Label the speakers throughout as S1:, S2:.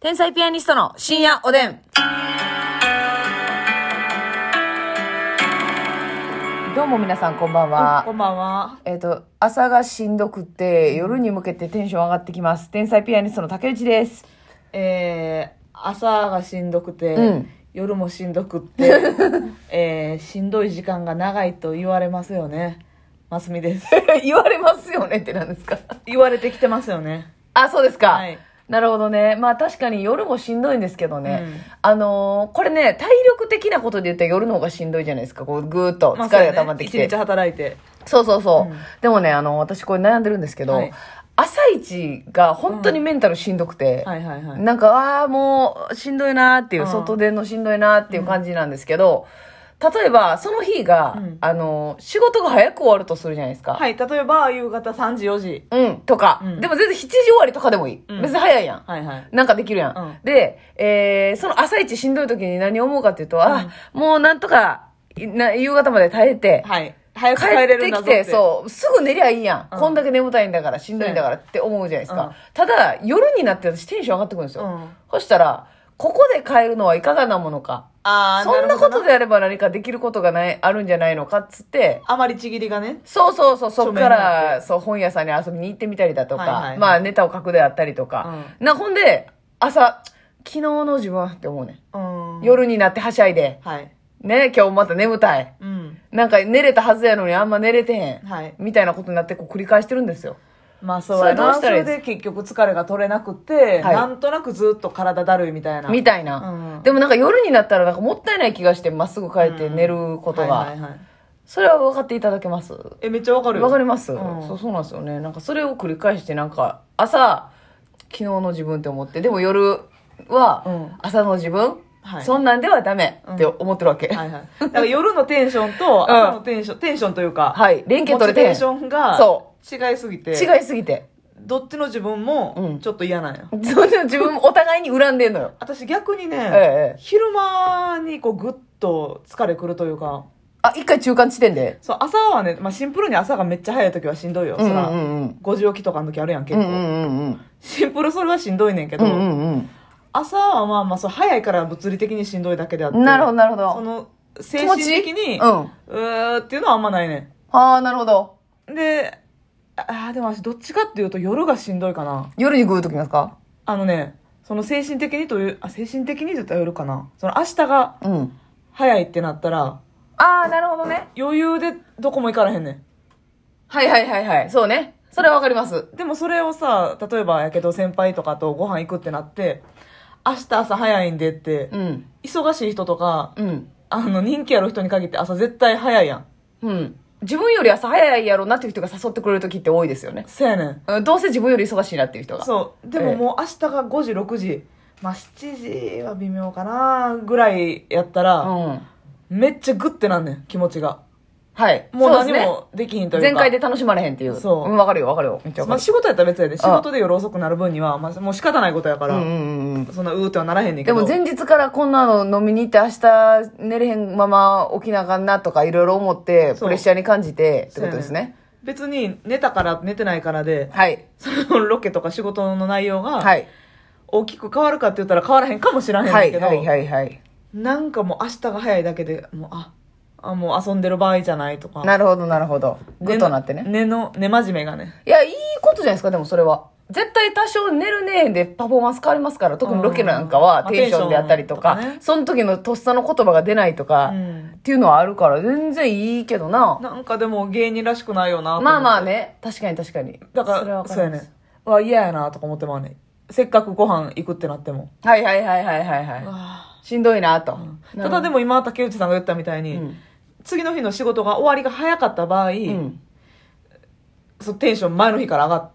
S1: 天才ピアニストの深夜おでん。どうも皆さんこんばん
S2: こ
S1: は。
S2: んばんは。
S1: えっ、と、朝がしんどくて、夜に向けてテンション上がってきます。天才ピアニストの竹内です。
S2: えー、朝がしんどくて、
S1: うん
S2: 夜もしんど くって、えー、しんどい時間が長いと言われますよね。ますみです。
S1: 言われますよねって何ですか
S2: 言われてきてますよね。
S1: あ、そうですか。
S2: はい
S1: なるほどね。まあ確かに夜もしんどいんですけどね。
S2: うん
S1: あのーこれね、体力的なことで言ったら夜の方がしんどいじゃないですか。こう、ぐーっと
S2: まあ
S1: 疲れが溜まってき
S2: そうやね
S1: て。
S2: 一日働いて。
S1: そうそうそう。
S2: うん
S1: でもね、あの、私これ悩んでるんですけど、
S2: はい
S1: 朝一が本当にメンタルしんどくて、
S2: はいはいはい。
S1: なんか、ああ、もうしんどいなーっていう、
S2: うん
S1: 外出んのしんどいなーっていう感じなんですけど、例えば、その日が、
S2: うん
S1: あの、仕事が早く終わるとするじゃないですか。
S2: はい、例えば夕方3時4時。
S1: うん、とか、
S2: うん
S1: でも全然7時終わりとかでもいい。
S2: うん
S1: 別に早いやん。
S2: はいはい。
S1: なんかできるやん。
S2: うん
S1: で、えーその朝一しんどい時に何思うかっていうと、あ、もうなんとか、いな夕方まで耐えて、
S2: はい。早く
S1: 帰
S2: 帰れ
S1: っ
S2: る
S1: て
S2: んだ
S1: き
S2: ぞって。
S1: て、そう、すぐ寝りゃいいやん。
S2: うん
S1: こんだけ眠たいんだから、しんどいんだからって思うじゃないですか。
S2: うん
S1: ただ、夜になって私テンション上がってくるんですよ。
S2: うん
S1: そしたら、ここで帰るのはいかがなものか。
S2: あー
S1: そんな
S2: るほ
S1: こ
S2: ど
S1: とであれば何かできることがない、あるんじゃないのかっつって、
S2: あまりちぎりがね。
S1: そうそうそう、そっか
S2: 著名にな
S1: ら、そう、本屋さんに遊びに行ってみたりだとか、
S2: はいはいはい
S1: まあ、ネタを書くであったりとか。な、ほんで、朝、昨日の自分はって思うね。
S2: うん。。
S1: 夜になってはしゃいで、
S2: はい。
S1: ね、今日また眠たい。
S2: うん。
S1: なんか寝れたはずやのにあんま寝れてへん。
S2: はい
S1: みたいなことになってこう繰り返してるんですよ。
S2: まあそうやな。
S1: そ
S2: そ
S1: れどうしたらいい
S2: れ
S1: です
S2: で結局疲れが取れなくて、
S1: はい
S2: なんとなくずっと体だるいみたいな。
S1: みたいな。
S2: うん
S1: でもなんか夜になったらなんかもったいない気がしてまっすぐ帰って寝ることが。
S2: はいはいはい
S1: それは分かっていただけます
S2: えめっちゃわかるよ
S1: わかります、
S2: うん
S1: そうそうなんですよねなんかそれを繰り返してなんか朝昨日の自分って思ってでも夜
S2: う
S1: は
S2: ん
S1: 朝の自分、
S2: はい
S1: そんなんではダメって思ってるわけ、
S2: はいはいだから夜のテンションと朝のテンション、テンションというか、
S1: はい連携取れてへん
S2: モチベーションが
S1: そ
S2: 違いすぎて
S1: 違いすぎて
S2: どっちの自分
S1: う
S2: も
S1: ん
S2: ちょっと嫌なんよ、
S1: そんな自分お互いに恨んでんのよ
S2: 私逆にね、
S1: ええ
S2: 昼間にこうグッと疲れくるというか
S1: あ一回中間地点で
S2: そう朝はね、まあ、シンプルに朝がめっちゃ早い時はしんどいよ、
S1: うんうん
S2: そら
S1: うん
S2: 5時起きとかの時あるやん
S1: う
S2: 結
S1: んう
S2: 構、
S1: んうん
S2: シンプルそれはしんどいねんけ
S1: う
S2: ど、
S1: んうん
S2: 朝はまあまあそう早いから物理的にしんどいだけであって
S1: うんなるほどなるほ
S2: そ
S1: ど
S2: の
S1: 気
S2: 精
S1: 持
S2: 神
S1: ち
S2: 的
S1: う
S2: に、
S1: んあ
S2: うーっていうのはあんまないねん
S1: あなるほど
S2: で、ああ、でも私どっちかっていうと夜がしんどいかな。
S1: 夜にグーときますか
S2: あのね、その精神的にという、あ、精神的に言ったら夜かな。その明日が
S1: うん
S2: 早いってなったら、
S1: ああなるほどね
S2: 余裕でどこも行かれへんね
S1: はいはいはいはいそうねそれはわかります
S2: ん。でもそれをさ、例えばやけど先輩とかとご飯行くってなって、明日朝早いんでって、
S1: うん
S2: 忙しい人とか、
S1: うん
S2: あの人気ある人に限って朝絶対早いやん。
S1: うん。自分より朝早いやろうなっていう人が誘ってくれる時って多いですよね。
S2: せやねん。
S1: うんどうせ自分より忙しいなっていう人が。
S2: そう。でももう明日が5時、6時、まあ7時は微妙かなぐらいやったら、
S1: うん。
S2: めっちゃグッてなんねん、気持ちが。
S1: はい。
S2: もう
S1: そう
S2: 何
S1: ですね
S2: もできひんというか。
S1: 全開で楽しまれへんっていう。、
S2: そうん
S1: わかるよわかるよ。めっちゃわ
S2: ま
S1: か
S2: あ
S1: る。
S2: 仕事やったら別やで、仕事で夜遅くなる分には、まあもう仕方ないことやから、
S1: うんうんうん。
S2: そんなうーってはならへんねんけ
S1: で
S2: ど。
S1: も前日からこんなの飲みに行って明日寝れへんまま起きなあかんなとかいろいろ思って
S2: そ
S1: プ
S2: う
S1: レッシャーに感じてってことです
S2: そうや
S1: ね。
S2: 別に寝たから寝てないからで、
S1: はい。
S2: そのロケとか仕事の内容
S1: は
S2: が
S1: い。
S2: 大きく変わるかって言ったら変わらへんかもしらへん
S1: は
S2: ねん
S1: い
S2: けど、
S1: はいはいはい。
S2: なんかもう明日が早いだけで、もうあ、あ、もう遊んでる場合じゃないとか。
S1: なるほどなるほど。グッとなってね。
S2: 寝の、寝真面目がね。
S1: いや、いいことじゃないですか、でもそれは。絶対多少寝るねーでパフォーマンス変わりますから、特にロケなんかは
S2: うん
S1: テンションであったりとか、
S2: まあテンションとかね
S1: その時のとっさの言葉が出ないとか、
S2: うん
S1: っていうのはあるから、全然いいけどな。
S2: なんかでも芸人らしくないよなと思って
S1: まあまあね、確かに確かに。
S2: だか
S1: それ
S2: ら
S1: はわ
S2: そ
S1: か
S2: う
S1: り
S2: や
S1: ま
S2: ね
S1: す
S2: んうわ嫌やなとか思ってまうねんせっかくご飯行くってなっても
S1: はいはいはいはいはいは
S2: た
S1: い。しんどいなと。
S2: だで
S1: も、
S2: も今竹内さんが言ったみたいに、
S1: うん
S2: 次の日の仕事が終わりが早かった場合、
S1: うん。
S2: そのテンション前の日から上が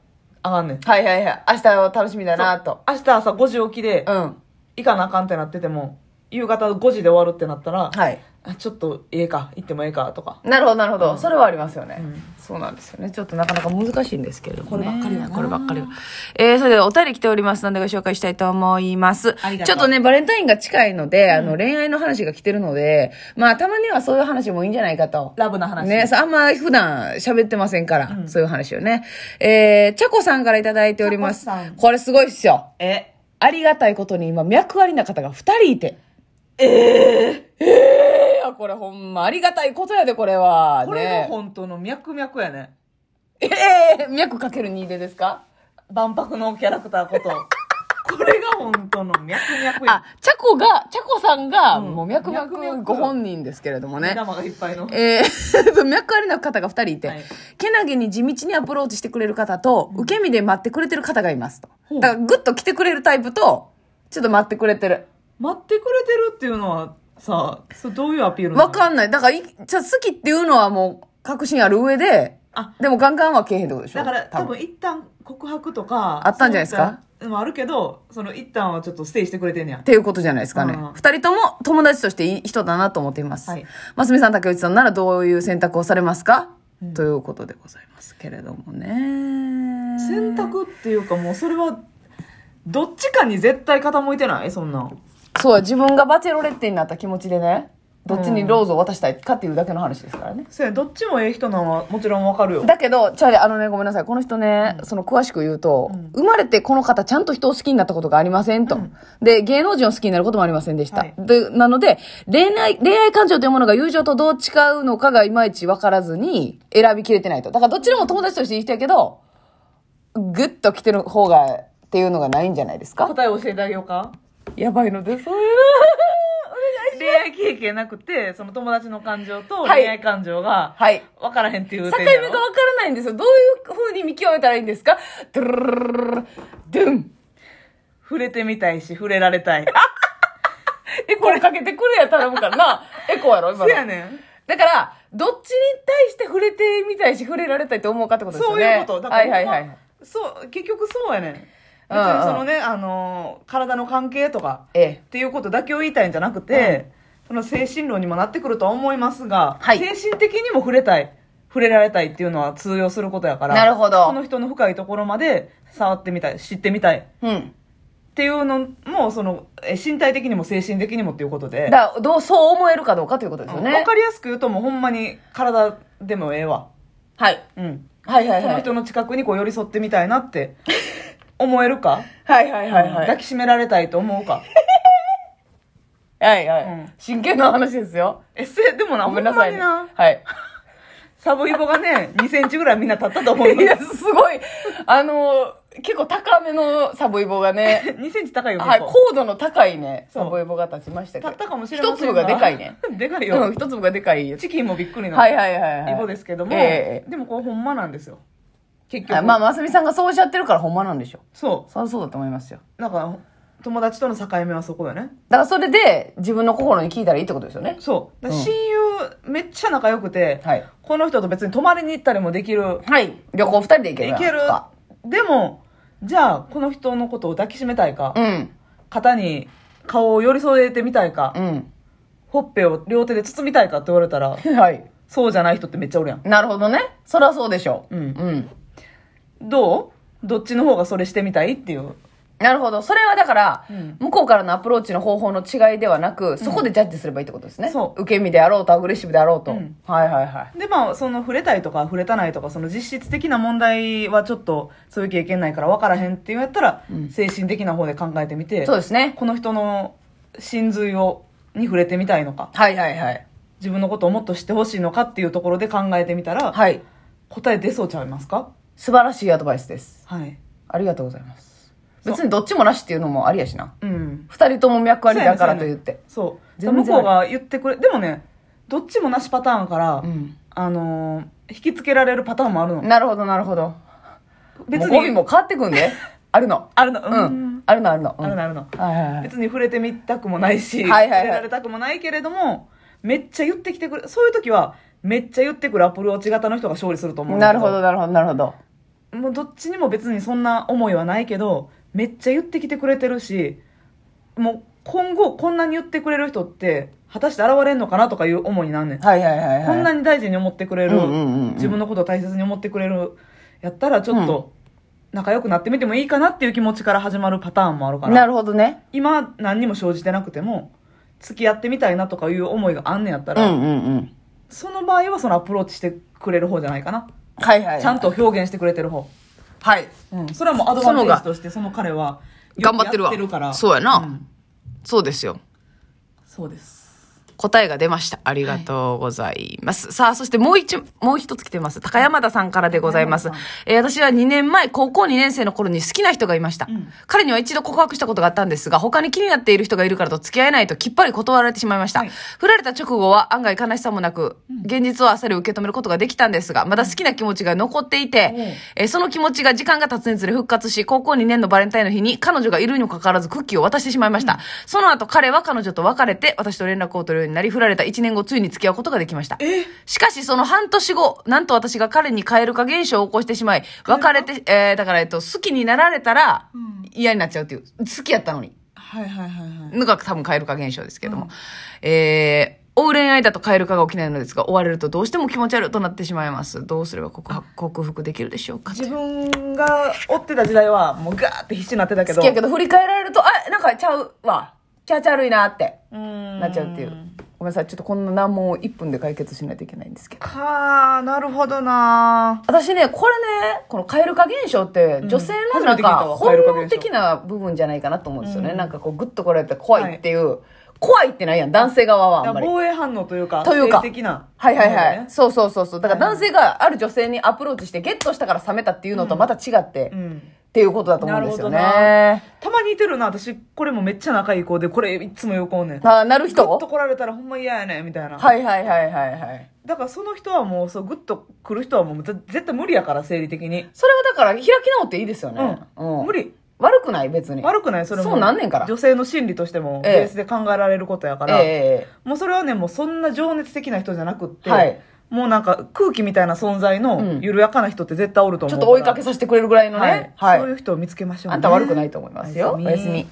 S2: 上がんねん
S1: はいはいはい。明日は楽しみだなと。
S2: 明日朝5時起きで
S1: うん。
S2: 行かなあかんってなってても夕方5時で終わるってなったら、
S1: はい。
S2: あちょっとええか行ってもええかとか
S1: なるほどなるほど、それはありますよね、
S2: うん
S1: そうなんですよねちょっとなかなか難しいんですけれども、ね、
S2: こればっかりはな
S1: こればっかりはえー、それではお便り来ておりますのでご紹介したいと思います
S2: ありが
S1: ちょ
S2: とう
S1: っとねバレンタインが近いので、あの恋愛の話が来てるのでまあたまにはそういう話もいいんじゃないかと
S2: ラブな話、
S1: ね、そうあんま普段喋ってませんから、そういう話をね。えー、ちゃこさんからいただいております
S2: ちゃこさん。
S1: これすごいっすよ。
S2: え
S1: ありがたいことに今、脈ありな方が二人いて。ええええや、これほんま、ありがたいことやで、これは。
S2: これも
S1: ね、
S2: 本当の脈々やね。
S1: ええ脈かける2でですか
S2: 万博のキャラクター こと。これが本当の脈々や
S1: あ。、チャコが、チャコさんが、
S2: うん
S1: もう脈
S2: 脈
S1: 々
S2: 々
S1: ご本人ですけれども
S2: 目
S1: ね。
S2: 玉がいっぱいの。
S1: えー、 脈ありな方が2人いて、
S2: はい
S1: けなげに地道にアプローチしてくれる方と、受け身で待ってくれてる方がいますと。
S2: ほう
S1: だから、ぐっと来てくれるタイプと、ちょっと待ってくれてる。
S2: 待ってくれてるっていうのはさ、それどういうアピールなの
S1: わかんない。だからい、じゃあ好きっていうのはもう、確信ある上で、
S2: あ、
S1: でもガンガンはけえへんってことでしょ
S2: だから多分一旦告白とか。
S1: あったんじゃないですか
S2: そういったのもあるけど、その一旦はちょっとステイしてくれてんねや
S1: っ。ていうことじゃないですかね
S2: うん。
S1: 二、人とも友達としていい人だなと思っています。
S2: はい
S1: ますみさん、竹内さんならどういう選択をされますか、
S2: うん
S1: ということでございますけれどもね。
S2: 選択っていうかもうそれは、どっちかに絶対傾いてないそんなん。
S1: そうや、自分がバチェロレッテになった気持ちでね、どっちにローズを渡したいかっていうだけの話ですからね。
S2: そうやどっちもええ人なのはもちろんわかるよ。
S1: だけど、チャーリー、あのね、ごめんなさい。この人ね、その詳しく言うと、
S2: うん
S1: 生まれてこの方ちゃんと人を好きになったことがありませんと。で、芸能人を好きになることもありませんでした。
S2: はい
S1: で、なので、恋愛、恋愛感情というものが友情とどう違うのかがいまいちわからずに選びきれてないと。だからどっちでも友達としていい人やけど、グッと来てる方が、っていうのがないんじゃないですか
S2: 答えを教えてあげようか
S1: やばいのです。
S2: 恋愛経験なくて、その友達の感情と
S1: はい
S2: 恋愛感情が
S1: はい。
S2: 分からへんってい
S1: 境
S2: う点
S1: 目
S2: やろ
S1: がわからないんですよ。どういう風に見極めたらいいんですかドゥルルルルルルドゥン
S2: 触れてみたいし、触れられたい。
S1: エコーかけてくれや頼むから な。エコーやろ、今
S2: そう
S1: の。
S2: やねん。
S1: だから、どっちに対して触れてみたいし、触れられたいと思うかってことですよ
S2: そう
S1: ね。
S2: いうこと。だから
S1: はいはいは
S2: ほんま
S1: い。
S2: そう、結局そうやねん。別
S1: うんうん
S2: にそのね、あのー体の関係とか、
S1: ええ
S2: っ。ていうことだけを言いたいんじゃなくて、その精神論にもなってくるとは思いますが、
S1: はい
S2: 精神的にも触れたい。触れられたいっていうのは通用することやから。
S1: なるほど
S2: その人の深いところまで触ってみたい、知ってみたい。っ
S1: うん。
S2: ていうのも、その、え身体的にも精神的にもっていうことで。
S1: だからどう、そう思えるかどうかということですよ
S2: わ、
S1: ね
S2: か。りやすく言うともうほんまに体でもええわ。
S1: はい。
S2: うん。
S1: はいはい
S2: こ
S1: は
S2: の
S1: い。
S2: 人の近くにこう寄り添ってみたいなって 思えるか、
S1: はいはいはい
S2: うん
S1: はい。
S2: 抱きしめられたいと思 うか。
S1: はいは
S2: うん
S1: い。真剣な話ですよ。
S2: え、せ、でもな、
S1: ご
S2: ほ
S1: め
S2: ん
S1: んな
S2: ま
S1: さい
S2: に
S1: ね。
S2: な、
S1: はい。
S2: サブイボがね、2センチぐらいみんな立ったと思い
S1: い
S2: ます
S1: や、。すごい、あの、結構高めのサボイボが ね、
S2: 2センチ高いよ、
S1: はい、
S2: 結構
S1: 高度の高いね、
S2: そう
S1: サボイボが立ちましたけど。
S2: 立ったかもしれません
S1: 一粒がでかいね。。
S2: でかい
S1: うん、
S2: よ。
S1: 一粒がでかいやつ。
S2: チキンもびっくりな、
S1: はいはいはい、はい。
S2: イボですけども、
S1: ええ
S2: でもこれほんまなんですよ。結
S1: あ
S2: 局。
S1: まあ、ますみさんがそうおっしゃってるからほんまなんでしょ。
S2: そ
S1: そりゃそうだと思いますよ。
S2: う。なんか、友達との境目はそこよね。
S1: だからそれで自分の心に聞いたらいいってことですよね。
S2: そう。だから
S1: うん
S2: 親友、めっちゃ仲良くて、
S1: はい
S2: この人と別に泊まりに行ったりもできる。
S1: はい。旅行二人で行ける
S2: いける
S1: とか。。
S2: でも、じゃあ、この人のことを抱きしめたいか、
S1: うん。
S2: 肩に顔を寄り添えてみたいか、
S1: う
S2: ほっぺを両手で包みたいかって言われたら、
S1: ん。はい。
S2: そうじゃない人ってめっちゃおるやん。
S1: なるほどね。そりゃそうでしょう。
S2: うん
S1: うん。
S2: どうどっちの方がそれしてみたいっていう。
S1: なるほど。それはだから、
S2: うん
S1: 向こうからのアプローチの方法の違いではなく、そこでジャッジすればいいってことですね。
S2: そう
S1: 受け身であろうと、アグレッシブであろうと。
S2: うん
S1: はいはいはい。
S2: で、まあ、その触れたいとか触れたないとか、その実質的な問題はちょっとそういう経験ないから分からへんっていうんやったら、
S1: うん
S2: 精神的な方で考えてみて、
S1: そうですね。
S2: この人の真髄を、に触れてみたいのか、
S1: はいはいはい。
S2: 自分のことをもっと知ってほしいのかっていうところで考えてみたら、
S1: はい。
S2: 答え出そうちゃいますか
S1: 素晴らしいアドバイスです。
S2: はい。
S1: ありがとうございます。別にどっちもなしっていうのもありやしな。
S2: うん。
S1: 二人とも脈ありだからと言って。
S2: そう。
S1: 全然
S2: 向こうが言ってくれ、でもね、どっちもなしパターンから、
S1: うん。
S2: あのー引きつけられるパターンもあるの。
S1: なるほど、なるほど。
S2: 別
S1: 別
S2: に
S1: に。語尾も変わってくんで。あるの。
S2: あるの、う。
S1: うんん。あるの、あるの。うん
S2: あるの、あるの。
S1: はいはいはい。
S2: 別に触れてみたくもないし、
S1: はいはいはい
S2: 触れられたくもないけれども、めっちゃ言ってきてくる、そういう時は、めっちゃ言ってくるアプローチ型の人が勝利すると思うんだ
S1: な
S2: け
S1: るほど、。なるほど、なるほど。
S2: もうどっちにも別にそんな思いはないけど、めっちゃ言ってきてくれてるし、もう今後こんなに言ってくれる人って、果たして現れんのかなとかいう思いになんねん。
S1: はいはいはいはい。
S2: こんな
S1: に。
S2: に大事に思ってくれる、
S1: うんうんうんうん
S2: 自分のことを大切に思ってくれる、やったらちょっと仲良くなってみてもいいかなっていう気持ちから始まるパターンもあるから、
S1: なるほどね。
S2: 今何にも生じてなくても、付き合ってみたいなとかいう思いがあんねんやった
S1: う
S2: ら、
S1: んうんうん。
S2: その場合はそのアプローチしてくれる方じゃないかな。
S1: はいはいはい。
S2: ちゃんと表現してくれてる方。
S1: はい。
S2: うん、それはもうアドバンテ
S1: その
S2: ー
S1: が
S2: ジとしてその彼は
S1: 頑張ってるわ
S2: やってるから。
S1: そうやなんそうですよ。
S2: そうです。
S1: 答えが出ました。ありがとうございます。さあ、そしてもう一、もう一つ来てます。高山田さんからでございます
S2: 高山。
S1: えー私は2年前、高校2年生の頃に好きな人がいました。
S2: ん
S1: 彼には一度告白したことがあったんですが、他に気になっている人がいるからと付き合えないときっぱり断られてしまいました。
S2: はい
S1: 振られた直後は案外悲しさもなく、現実をあっさり受け止めることができたんですが、まだ好きな気持ちが残っていて、
S2: うん
S1: えーその気持ちが時間が経つにつれ復活し、高校2年のバレンタインの日に彼女がいるにもかかわらずクッキーを渡してしまいました。その後彼は彼女と別れて、私と連絡を取るようになり、振られた1年後ついに付き合うことができました。
S2: え
S1: しかしその半年後、なんと私が彼に蛙化現象を起こしてしまい、別れて、えーだからえっと、好きになられたら
S2: うん
S1: 嫌になっちゃうっていう、好きやったのに。
S2: はいはいはいはい。
S1: のが多分蛙化現象ですけれども、えー、追う恋愛だと蛙化が起きないのですが、追われるとどうしても気持ち悪いとなってしまいます。どうすれば克服克服できるでしょうか
S2: 自分が追ってた時代は、もうガーって必死になってたけ
S1: 好
S2: ど。
S1: きやけど振り返られると、あ、なんかちゃうわ。ちゃちゃるいなって、
S2: うーん。
S1: なっちゃうっていう。ごめんなさい、ちょっとこんな難問を1分で解決しないといけないんですけど。
S2: かー、なるほどな
S1: 私ね、これね、この蛙化現象って、女性のなんか、
S2: 初め
S1: 本
S2: て聞いたわ
S1: 能的な部分じゃないかなと思うんですよね。なんかこう、グッと来られて怖いっていう、怖いってないやん、男性側はあんまり。
S2: 防衛反応というか、
S1: というか
S2: 性的な。
S1: はいはいはい、
S2: ね
S1: そうそうそうそうだから男性がある女性にアプローチしてゲットしたから冷めたっていうのとまた違って、
S2: う
S1: っ
S2: ん。
S1: ていうことだと思うんですよね
S2: なるほ
S1: な
S2: たまに似てるな、私、これもめっちゃ仲いい子で、これいつも横おんねん。
S1: あなる人
S2: グッと来られたらほんま嫌やねん、みたいな。
S1: はいはいはいはいはい
S2: だからその人はもう、そう、グッと来る人はもう、ぜ絶対無理やから、生理的に。
S1: それはだから開き直っていいですよね、
S2: うん。無理。
S1: 悪くない別に
S2: 悪くないそれも。
S1: そうなんねんから
S2: 女性の心理としても、
S1: ええ
S2: ベースで考えられることやから。
S1: え
S2: もうそれはね、もうそんな情熱的な人じゃなくって、
S1: はい
S2: もうなんか空気みたいな存在
S1: うん
S2: の緩やかな人って絶対おると
S1: えち
S2: 思
S1: ょっ
S2: うか
S1: と追
S2: ら。
S1: いかけさせてくれるぐらいのね
S2: はい、
S1: はい、
S2: そういう人を見つけましょう、ね。
S1: あんた悪くないと思いますよおやすみ